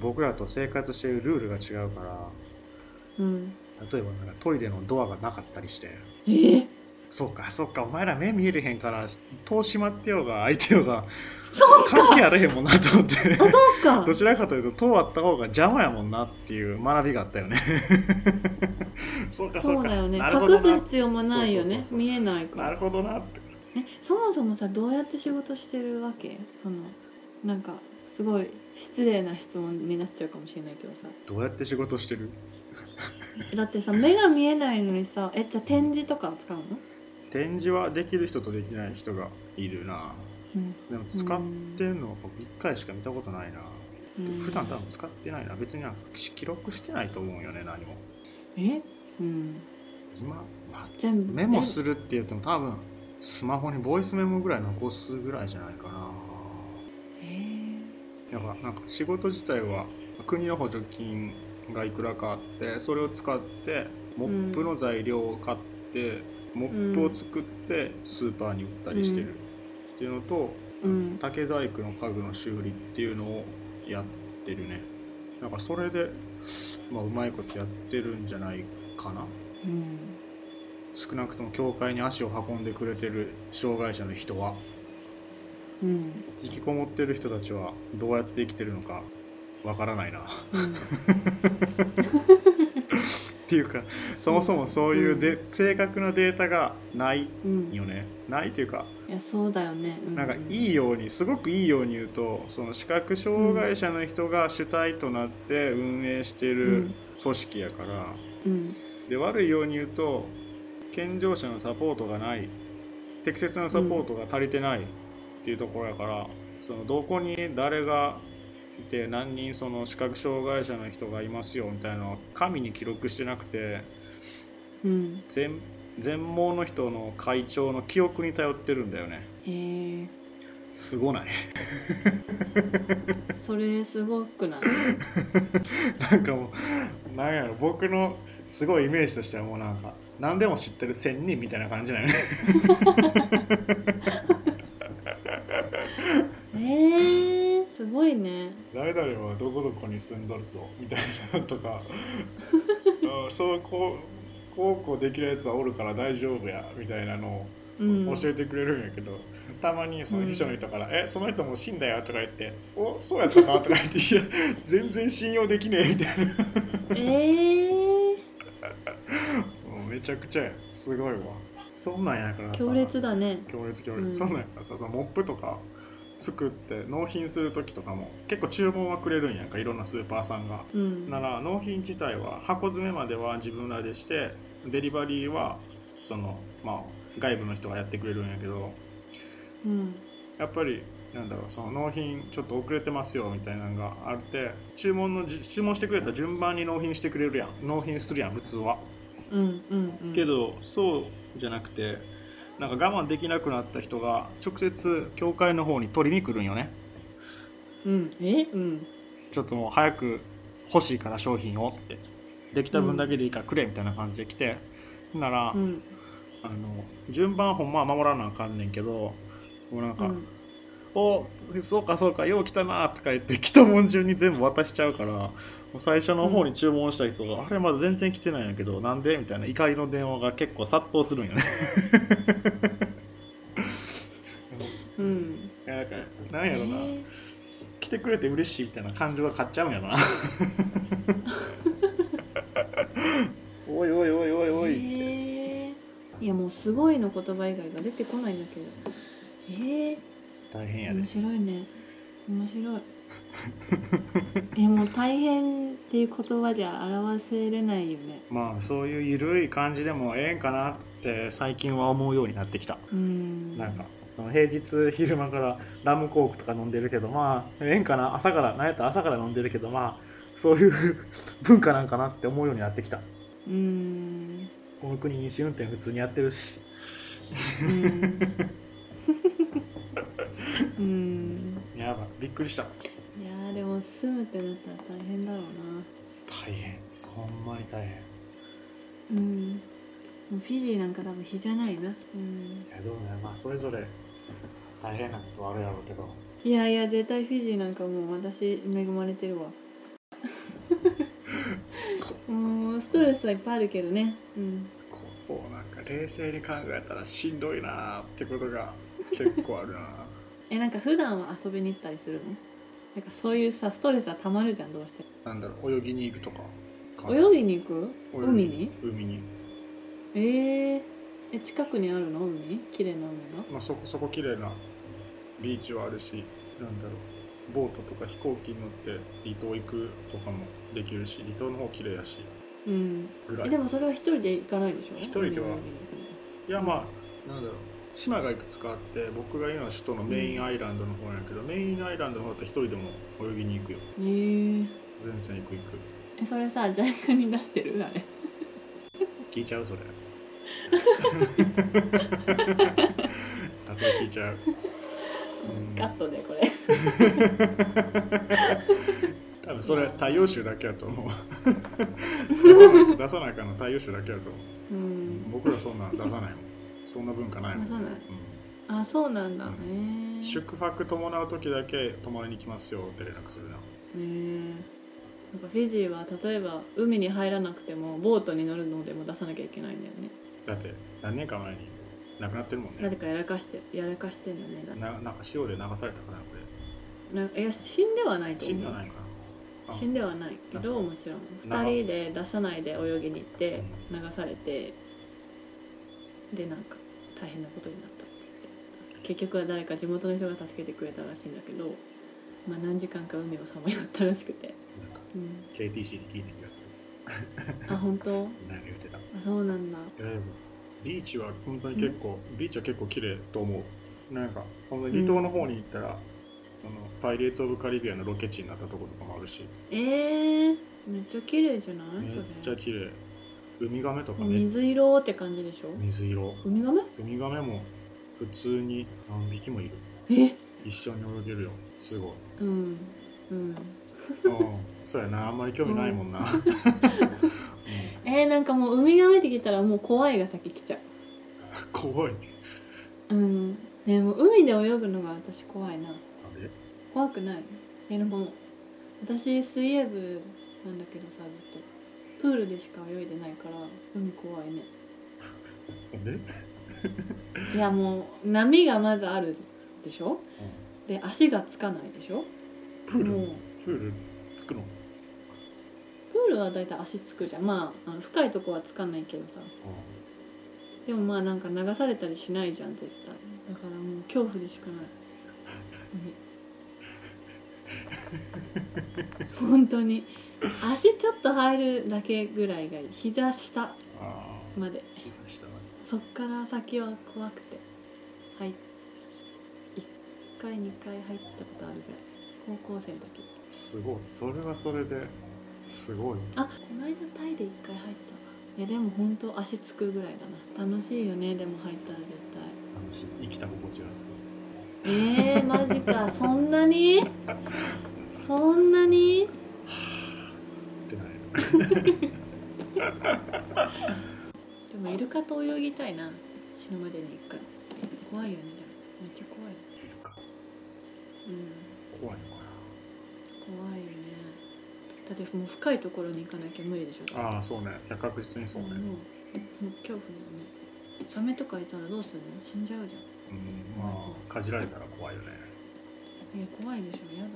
[SPEAKER 1] 僕らと生活してるルールが違うから
[SPEAKER 2] うん
[SPEAKER 1] 例えばなんかトイレのドアがなかったりして
[SPEAKER 2] えー、
[SPEAKER 1] そうかそうかお前ら目見えれへんから戸閉まってようが開いてようが
[SPEAKER 2] そう
[SPEAKER 1] 関係あれへんもんなと 思って
[SPEAKER 2] あそう か
[SPEAKER 1] どちらかというと戸あった方が邪魔やもんなっていう学びがあったよ ねそうかそ
[SPEAKER 2] そうう
[SPEAKER 1] か
[SPEAKER 2] だよね
[SPEAKER 1] なるほど
[SPEAKER 2] 隠
[SPEAKER 1] な
[SPEAKER 2] す必要もない
[SPEAKER 1] そうそ
[SPEAKER 2] よね
[SPEAKER 1] うそうそう
[SPEAKER 2] 見えないか
[SPEAKER 1] な
[SPEAKER 2] ら
[SPEAKER 1] るほどなって
[SPEAKER 2] えそもそもさどうやって仕事してるわけそのなんかすごい失礼な質問になっちゃうかもしれないけどさ
[SPEAKER 1] どうやって仕事してる
[SPEAKER 2] だってさ目が見えないのにさえじゃあ展示とかは使うの、
[SPEAKER 1] 展示はできる人とできない人がいるな
[SPEAKER 2] うん
[SPEAKER 1] でも使ってんの僕1回しか見たことないな
[SPEAKER 2] うん、
[SPEAKER 1] 普段多分使ってないな別になんか記録してないと思うよね何も
[SPEAKER 2] えうん
[SPEAKER 1] 今、まあ
[SPEAKER 2] 全部
[SPEAKER 1] メモ
[SPEAKER 2] る
[SPEAKER 1] するって言っても多分スマホにボイスメモぐらい残すぐらいじゃないかな
[SPEAKER 2] えー
[SPEAKER 1] だからなんか仕事自体は国の補助金がいくらかあってそれを使ってモップの材料を買って、モップを作ってスーパーに売ったりしてるっていうのと、
[SPEAKER 2] うん
[SPEAKER 1] 竹細工の家具の修理っていうのをやってるねなんかそれで、まあ、うまいことやってるんじゃないかな
[SPEAKER 2] うん
[SPEAKER 1] 少なくとも教会に足を運んでくれてる障害者の人は
[SPEAKER 2] うん
[SPEAKER 1] 引きこもってる人たちはどうやって生きてるのかわからないな
[SPEAKER 2] うん
[SPEAKER 1] っていうかそもそもそういうで、正確なデータがない
[SPEAKER 2] うん
[SPEAKER 1] よねないというか
[SPEAKER 2] いやそうだよね、う
[SPEAKER 1] なんかいいようにすごくいいように言うとその視覚障害者の人が主体となって運営して
[SPEAKER 2] う
[SPEAKER 1] る
[SPEAKER 2] ん
[SPEAKER 1] 組織やから
[SPEAKER 2] うん
[SPEAKER 1] で悪いように言うと健常者のサポートがない適切なサポートが足りてないっていうところやからそのどこに誰がいて何人その視覚障害者の人がいますよみたいなのを紙に記録してなくて
[SPEAKER 2] うん
[SPEAKER 1] 全全盲の人の会長の記憶に頼ってるんだよね
[SPEAKER 2] えー、
[SPEAKER 1] すごない
[SPEAKER 2] それすごくない
[SPEAKER 1] なんかもうなんやろ僕のすごいイメージとしてはもうなんか何でも知ってる仙人みたいな感じだよね
[SPEAKER 2] えー、すごいね
[SPEAKER 1] 誰々はどこどこに住んどるぞみたいなと かうんそうこうこうこうできるやつはおるから大丈夫やみたいなの
[SPEAKER 2] うん
[SPEAKER 1] を教えてくれるんやけど、たまにその秘書の人から「えその人もう死んだよ」とか言って「おそうやったか?」とか言って「いや全然信用できねえ」みたいな。
[SPEAKER 2] ええ
[SPEAKER 1] もうめちゃくちゃやすごいわそんなんやから
[SPEAKER 2] 強烈だね
[SPEAKER 1] 強烈強烈、
[SPEAKER 2] うん
[SPEAKER 1] そんなんやからさそのモップとか作って納品する時とかも結構注文はくれるんやんかいろんなスーパーさんが。
[SPEAKER 2] うん
[SPEAKER 1] なら納品自体は箱詰めまでは自分らでしてデリバリーはそのまあ外部の人がやってくれるんやけど
[SPEAKER 2] うん
[SPEAKER 1] やっぱりなんだろうその納品ちょっと遅れてますよみたいなのがあって注文のじ注文してくれた順番に納品してくれるやん納品するやん普通は。
[SPEAKER 2] うんうんうん
[SPEAKER 1] けどそうじゃなくてなんか我慢できなくなった人が直接教会の方に取りに来るんよね
[SPEAKER 2] うんえうん
[SPEAKER 1] ちょっともう早く欲しいから商品をってできた分だけでいいからくれみたいな感じで来て、なら、
[SPEAKER 2] うん
[SPEAKER 1] あの順番ほんまは守らなあかんねんけどもうなんか「
[SPEAKER 2] うん
[SPEAKER 1] おそうかそうかよう来たな」とか言って来たもん順に全部渡しちゃうからもう最初の方に注文した人が「あれまだ全然来てないんやけどなんで?」みたいな怒りの電話が結構殺到するんよね
[SPEAKER 2] うん
[SPEAKER 1] なんかなんやろな、
[SPEAKER 2] えー
[SPEAKER 1] 来てくれて嬉しいみたいな感情が買っちゃうんやな おいおいおいおいおいって、
[SPEAKER 2] えーいやもう「すごい」の言葉以外が出てこないんだけどえ
[SPEAKER 1] 大変
[SPEAKER 2] え
[SPEAKER 1] やで
[SPEAKER 2] 面白いね面白いいやもう「大変」っていう言葉じゃ表せれないよね
[SPEAKER 1] まあそういうゆるい感じでもええんかなって最近は思うようになってきた
[SPEAKER 2] うん
[SPEAKER 1] なんかその平日昼間からラムコークとか飲んでるけどまあええんかな朝からなんやったら朝から飲んでるけどまあそういう文化なんかなって思うようになってきた
[SPEAKER 2] うん
[SPEAKER 1] この国飲酒運転普通にやってるし
[SPEAKER 2] うんうん
[SPEAKER 1] やばいびっくりした
[SPEAKER 2] いやーでも住むってなったら大変だろうな
[SPEAKER 1] 大変ほんまに大変
[SPEAKER 2] うんもうフィジーなんか多分日じゃないな、うん、
[SPEAKER 1] いやどうねまあそれぞれ大変なことはあるやろうけど
[SPEAKER 2] いやいや絶対フィジーなんかもう私恵まれ てるわもうストレスはいっぱいあるけどねうん
[SPEAKER 1] ここをなんか冷静に考えたらしんどいなーってことが結構あるな
[SPEAKER 2] えなんか普段は遊びに行ったりするのなんかそういうさストレスはたまるじゃんどうして
[SPEAKER 1] なんだろう泳ぎに行くとか
[SPEAKER 2] 泳ぎに行く
[SPEAKER 1] 泳ぎ
[SPEAKER 2] 海に
[SPEAKER 1] 海に、
[SPEAKER 2] えー、え近くにあるの海綺麗な海が
[SPEAKER 1] まあ、そこそこ綺麗なビーチはあるしなんだろうボートとか飛行機に乗って離島行くとかもできるし離島の方綺麗やし
[SPEAKER 2] うん
[SPEAKER 1] ぐらい
[SPEAKER 2] えでもそれは一人で行かないでしょ
[SPEAKER 1] 一人では
[SPEAKER 2] 海の上に
[SPEAKER 1] いやまあなんだろう島がいくつかあって僕がいるのは首都のメインアイランドの方なんやけど、メインアイランドの方だと一人でも泳ぎに行くよ
[SPEAKER 2] 行くの
[SPEAKER 1] 全然行く行く
[SPEAKER 2] えー、えそれさジャイカに出してるあれ
[SPEAKER 1] 聞いちゃう それあそれ聞いちゃう、うん
[SPEAKER 2] カットでこれ
[SPEAKER 1] 多分それ太陽臭だけやと思う 出さない出さないかな太陽臭だけやと思う
[SPEAKER 2] うん
[SPEAKER 1] 僕らそんなん出さないもんそんな文化ないもん、
[SPEAKER 2] 出さない
[SPEAKER 1] うん
[SPEAKER 2] あそうなんだね
[SPEAKER 1] 宿泊伴う時だけ泊まりに来ますよって連絡するな
[SPEAKER 2] へーなんかフィジーは例えば海に入らなくてもボートに乗るのでも出さなきゃいけないんだよね
[SPEAKER 1] だって何年か前に亡くなってるもん
[SPEAKER 2] 誰
[SPEAKER 1] ね
[SPEAKER 2] かやらかしてやらかしてんだねだ
[SPEAKER 1] ななんか潮で流されたかなこ
[SPEAKER 2] ないや死んではない
[SPEAKER 1] れ
[SPEAKER 2] と
[SPEAKER 1] 死
[SPEAKER 2] 思う
[SPEAKER 1] んではないかなあ
[SPEAKER 2] 死んではないけどもちろん
[SPEAKER 1] な
[SPEAKER 2] 2人で出さないで泳ぎに行って流されてでなんか大変なことになったっつって結局は誰か地元の人が助けてくれたらしいんだけど、まあ、何時間か海をさまよったらしくて、
[SPEAKER 1] なんか
[SPEAKER 2] うん、
[SPEAKER 1] KTC に聞いた気がする
[SPEAKER 2] あ本当
[SPEAKER 1] 何言ってたい
[SPEAKER 2] あそうなんだ
[SPEAKER 1] やでもビーチは本当に結構ビーチは結構綺麗と思うなんか本当に離島の方に行ったら、あのパイレーツ・オブ・カリビアンのロケ地になったとことかもあるし
[SPEAKER 2] えー、めっちゃ綺麗じゃない
[SPEAKER 1] めっ
[SPEAKER 2] そ
[SPEAKER 1] ちゃ
[SPEAKER 2] れ
[SPEAKER 1] 綺麗ウミガメとか
[SPEAKER 2] もう
[SPEAKER 1] ね
[SPEAKER 2] 水色って感じでしょ
[SPEAKER 1] 水色
[SPEAKER 2] ウミガメ
[SPEAKER 1] ウミガメも普通に何匹もいる
[SPEAKER 2] え
[SPEAKER 1] 一緒に泳げるよすごい
[SPEAKER 2] うんうん
[SPEAKER 1] うんそうやなあんまり興味ないもんな、うん
[SPEAKER 2] えー、なんかもうウミガメって聞いたらもう怖いが先来ちゃ
[SPEAKER 1] 怖いなん
[SPEAKER 2] ううんねもう海で泳ぐのが私怖いな
[SPEAKER 1] で
[SPEAKER 2] 怖くないえでも私水泳部なんだけどさずっとプールでしか泳いでないから海怖いね
[SPEAKER 1] なんで、うん
[SPEAKER 2] いやもう波がまずあるでしょで足がつかないでしょ
[SPEAKER 1] プール、
[SPEAKER 2] もう
[SPEAKER 1] プールつくの、
[SPEAKER 2] プールはだいたい足つくじゃんまああの深いとこはつかないけどさでもまあなんか流されたりしないじゃん絶対だからもう恐怖でしかない本当に足ちょっと入るだけぐらいがいい膝下
[SPEAKER 1] ああ
[SPEAKER 2] まで
[SPEAKER 1] 膝下ま
[SPEAKER 2] そっから先は怖くてはい1回2回入ったことあるぐらい高校生の時
[SPEAKER 1] ですごいそれはそれですごい
[SPEAKER 2] あこの間タイで1回入ったわいやでも本当足つくぐらいだな楽しいよねでも入ったら絶対
[SPEAKER 1] 楽しい生きた心地がする
[SPEAKER 2] えー、マジ かそんなにそんなに
[SPEAKER 1] ってなれる
[SPEAKER 2] でもイルカと泳ぎたいな死ぬまでに1回怖いよねでもめっちゃ怖い
[SPEAKER 1] いるか
[SPEAKER 2] うん
[SPEAKER 1] 怖いのか
[SPEAKER 2] 怖いよねだってもう深いところに行かなきゃ無理でしょ
[SPEAKER 1] なああそうねいや確実にそうね
[SPEAKER 2] もうもう恐怖だよねサメとかいたらどうするの死んじゃうじゃん
[SPEAKER 1] うんまあかじられたら怖いよね
[SPEAKER 2] いや怖いでしょやだ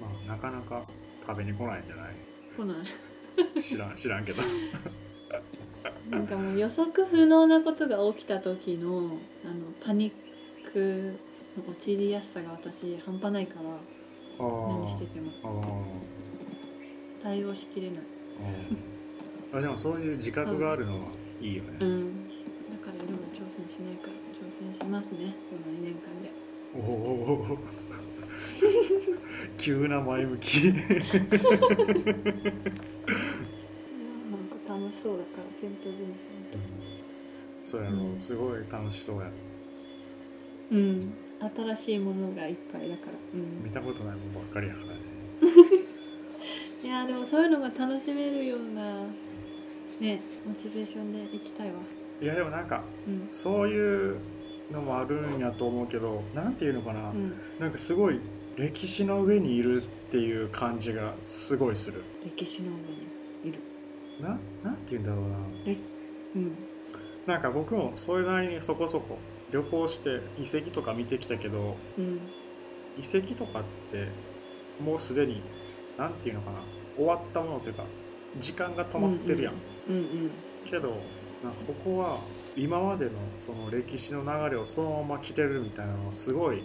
[SPEAKER 1] まあなかなか食べに来ないんじゃな
[SPEAKER 2] 来ない
[SPEAKER 1] い知らん知らん けど
[SPEAKER 2] なんかもう予測不能なことが起きた時のあのパニックの陥りやすさが私半端ないから
[SPEAKER 1] ああ
[SPEAKER 2] 何してても
[SPEAKER 1] ああ
[SPEAKER 2] 対応しきれない
[SPEAKER 1] あでもそういう自覚があるのはいいよね、
[SPEAKER 2] うんだからでも挑戦しないから挑戦しますねこの2年間で
[SPEAKER 1] おお 急な前向き
[SPEAKER 2] なんか楽しそうだからセント人
[SPEAKER 1] そうやろすごい楽しそうや
[SPEAKER 2] 生うん新しいものがいっぱいだから、うん
[SPEAKER 1] 見、たことないもんばっかりやからね
[SPEAKER 2] いやーでもそういうのが楽しめるようなねモチベーションでいきたいわ
[SPEAKER 1] いやでもなんか
[SPEAKER 2] うん
[SPEAKER 1] そういうのもあるんやと思うけどなんていうのかな、
[SPEAKER 2] うん
[SPEAKER 1] なんかすごい歴史の上にいるっていう感じがすごいする
[SPEAKER 2] 歴史の上にいる
[SPEAKER 1] ななんていうんだろうな
[SPEAKER 2] うん
[SPEAKER 1] なんか僕もそれなりにそこそこ旅行して遺跡とか見てきたけど
[SPEAKER 2] うん
[SPEAKER 1] 遺跡とかってもうすでになんていうのかな終わったものというか時間が止まってるやん、
[SPEAKER 2] うんうん
[SPEAKER 1] けどなんかここは今までのその歴史の流れをそのまま来てるみたいなのをすごい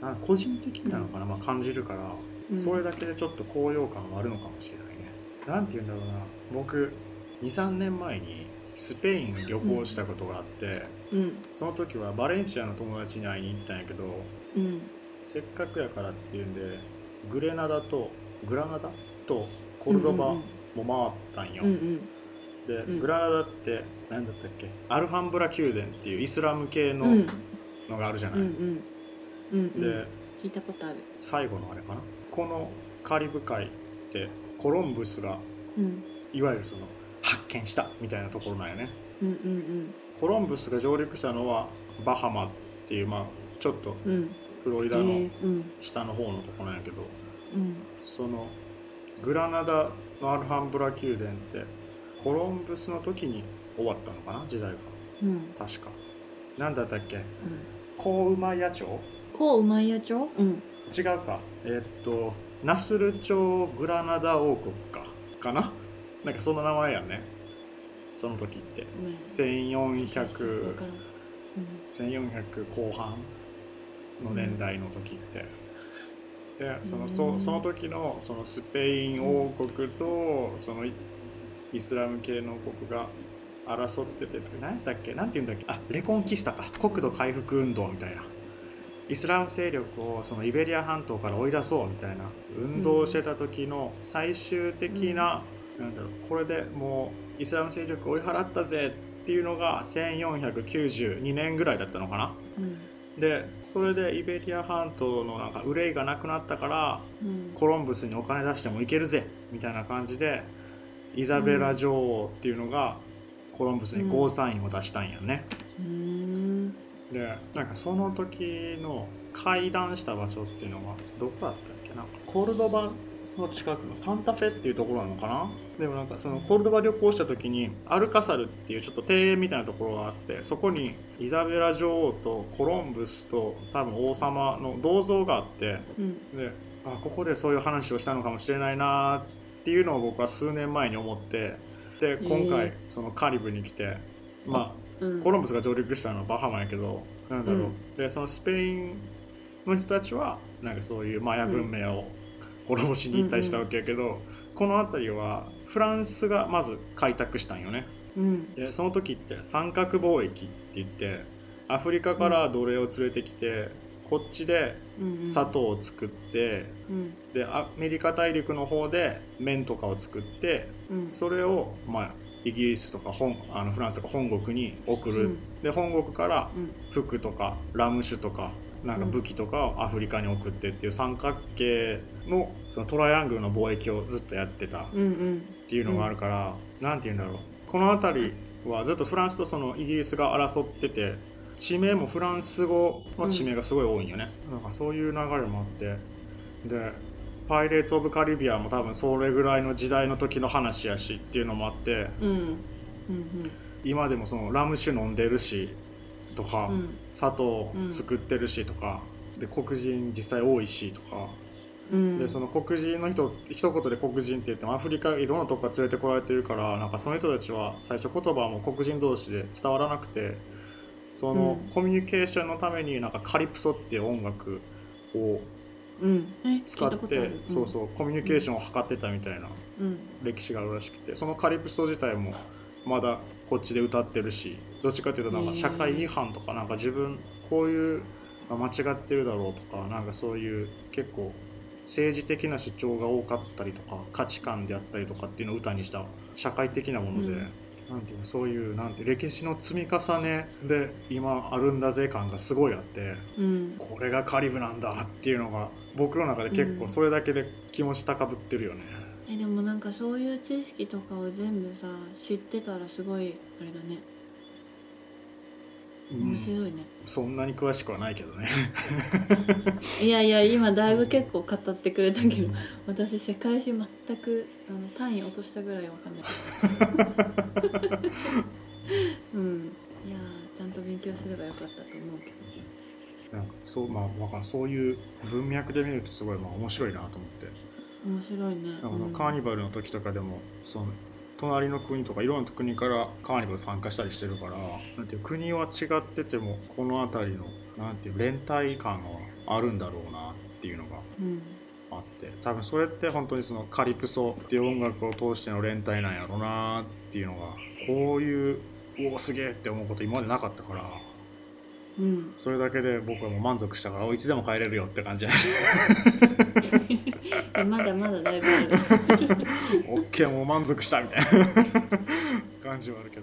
[SPEAKER 1] なんか個人的なのかな、まあ、感じるから、
[SPEAKER 2] うん
[SPEAKER 1] それだけでちょっと高揚感はあるのかもしれないねなんて言うんだろうな僕23年前にスペイン旅行したことがあって、
[SPEAKER 2] うん
[SPEAKER 1] その時はバレンシアの友達に会いに行ったんやけど
[SPEAKER 2] うん
[SPEAKER 1] せっかくやからっていうんでグレナダとグラナダとコルドバ
[SPEAKER 2] うん
[SPEAKER 1] も回ったんよ、
[SPEAKER 2] うんうん
[SPEAKER 1] で、
[SPEAKER 2] うん
[SPEAKER 1] グラナダって何だったっけアルハンブラ宮殿っていうイスラム系
[SPEAKER 2] うんう
[SPEAKER 1] の
[SPEAKER 2] ん
[SPEAKER 1] のがあるじゃな
[SPEAKER 2] う
[SPEAKER 1] い、
[SPEAKER 2] んうんうん
[SPEAKER 1] で、
[SPEAKER 2] 聞いたことある
[SPEAKER 1] 最後のあれかなこのカリブ海ってコロンブスが
[SPEAKER 2] うん
[SPEAKER 1] いわゆるその発見したみたいなところなんよね
[SPEAKER 2] うんうん
[SPEAKER 1] コロンブスが上陸したのはバハマっていうまあちょっと
[SPEAKER 2] うんうん
[SPEAKER 1] フロリ
[SPEAKER 2] え
[SPEAKER 1] ダの
[SPEAKER 2] ーうん
[SPEAKER 1] 下の方のとこなんやけど、
[SPEAKER 2] うん
[SPEAKER 1] そのグラナダのアルハンブラ宮殿ってコロンブスの時に終わったのかな時代が
[SPEAKER 2] うん
[SPEAKER 1] 確か何だったっけ
[SPEAKER 2] うん
[SPEAKER 1] 高馬野町
[SPEAKER 2] こううまいやちょうん
[SPEAKER 1] 違うかえっとナスル朝グラナダ王国かかななんかそんな名前やんねその時って
[SPEAKER 2] ごめんわか
[SPEAKER 1] 14001400
[SPEAKER 2] らん
[SPEAKER 1] 後半の年代の時って、でそのとその時のそのスペイン王国とそのイイスラム系の王国が争ってて何だっけ何て言うんだっけあレコンキスタか国土回復運動みたいなイスラム勢力をそのイベリア半島から追い出そうみたいな運動をしてた時の最終的な,、なんだろうこれでもうイスラム勢力を追い払ったぜっていうのが1492年ぐらいだったのかな
[SPEAKER 2] うん
[SPEAKER 1] でそれでイベリア半島のなんか憂いがなくなったから
[SPEAKER 2] うん
[SPEAKER 1] コロンブスにお金出しても行けるぜみたいな感じでイザベラ女王っていうのがコロンブスにゴーサインを出したんやね、
[SPEAKER 2] うーん
[SPEAKER 1] でなんかその時の会談した場所っていうのがどこだったっけなコルドバの近くのサンタフェっていうところなのかなでもなんかそのコルドバ旅行した時にアルカサルっていうちょっと庭園みたいなところがあってそこにイザベラ女王とコロンブスと多分王様の銅像があって
[SPEAKER 2] うん
[SPEAKER 1] であここでそういう話をしたのかもしれないなっていうのを僕は数年前に思ってで今
[SPEAKER 2] え
[SPEAKER 1] 回そのカリブに来て、まあ
[SPEAKER 2] うん
[SPEAKER 1] コロンブスが上陸したのはバハマやけどなんだろう、
[SPEAKER 2] うん
[SPEAKER 1] でそのスペインの人たちはなんかそういうマヤ文明を滅ぼしに行ったりしたわけやけど、この辺りはフランスがまず開拓したんよね
[SPEAKER 2] うん
[SPEAKER 1] でその時って三角貿易って言ってアフリカから奴隷を連れてきて、こっちで
[SPEAKER 2] うんうん
[SPEAKER 1] 砂糖を作って、
[SPEAKER 2] うん
[SPEAKER 1] でアメリカ大陸の方で麺とかを作って
[SPEAKER 2] うん
[SPEAKER 1] それを、まあ、イギリスとか本あのフランスとか本国に送る、
[SPEAKER 2] うん
[SPEAKER 1] で本国から
[SPEAKER 2] うん
[SPEAKER 1] 服とかラム酒とかなんか武器とかをアフリカに送ってっていう三角形のそのトライアングルの貿易をずっとやってたっ
[SPEAKER 2] うんうん
[SPEAKER 1] ていうのがあるからなん、て言うんだろうこの辺りはずっとフランスとそのイギリスが争ってて地名もフランス語の地名がすごい多いんよね、なんかそういう流れもあってで「パイレーツ・オブ・カリビアン」も多分それぐらいの時代の時の話やしっていうのもあって
[SPEAKER 2] うんうんうん
[SPEAKER 1] 今でもそのラム酒飲んでるしとか、
[SPEAKER 2] うん
[SPEAKER 1] 砂糖作ってるしとか、で黒人実際多いしとか、
[SPEAKER 2] うん
[SPEAKER 1] でその黒人の人一言で黒人って言ってもアフリカいろんなとこから連れてこられてるからなんかその人たちは最初言葉も黒人同士で伝わらなくてその
[SPEAKER 2] うん
[SPEAKER 1] コミュニケーションのためになんかカリプソっていう音楽を
[SPEAKER 2] うんえ
[SPEAKER 1] 使って、そうそうコミュニケーションを図ってたみたいな
[SPEAKER 2] うんうん
[SPEAKER 1] 歴史があるらしくてそのカリプソ自体もまだこっちで歌ってるしどっちかっていうとなん
[SPEAKER 2] へ
[SPEAKER 1] か
[SPEAKER 2] ー
[SPEAKER 1] 社会違反とかなんか自分こういうのが間違ってるだろうとかなんかそういう結構政治的な主張が多かったりとか価値観であったりとかっていうのを歌にした社会的なもので。
[SPEAKER 2] うん
[SPEAKER 1] なんていうのそういうなんて歴史の積み重ねで今あるんだぜ感がすごいあって
[SPEAKER 2] うん
[SPEAKER 1] これがカリブなんだっていうのが僕の中で結構それだけで気持ち高ぶってるよね。
[SPEAKER 2] えでもなんかそういう知識とかを全部さ知ってたらすごいあれだね
[SPEAKER 1] うん
[SPEAKER 2] 面白いね、
[SPEAKER 1] そんなに詳しくはないけどね。
[SPEAKER 2] いやいや今だいぶ結構語ってくれたけど私世界史全くあの単位落としたぐらいわ かんないうんいやーちゃんと勉強すればよかったと思うけど
[SPEAKER 1] なんかそうまあわかんそういう文脈で見るとすごいまあ面白いなと思って。
[SPEAKER 2] 面白いね
[SPEAKER 1] なんかまあカーニバルの時とかでもその隣の国とかいろんな国からカーニバル参加したりしてるからなんていう国は違っててもこの辺りのなんていう連帯感があるんだろうなっていうのが
[SPEAKER 2] うん
[SPEAKER 1] あって多分それって本当にそのカリプソっていう音楽を通しての連帯なんやろうなっていうのがこういうおおすげえって思うこと今までなかったから
[SPEAKER 2] うん
[SPEAKER 1] それだけで僕はもう満足したからおいつでも帰れるよって感じ
[SPEAKER 2] うん、まだまだだいぶある
[SPEAKER 1] オッケーもう満足したみたいな感じはあるけど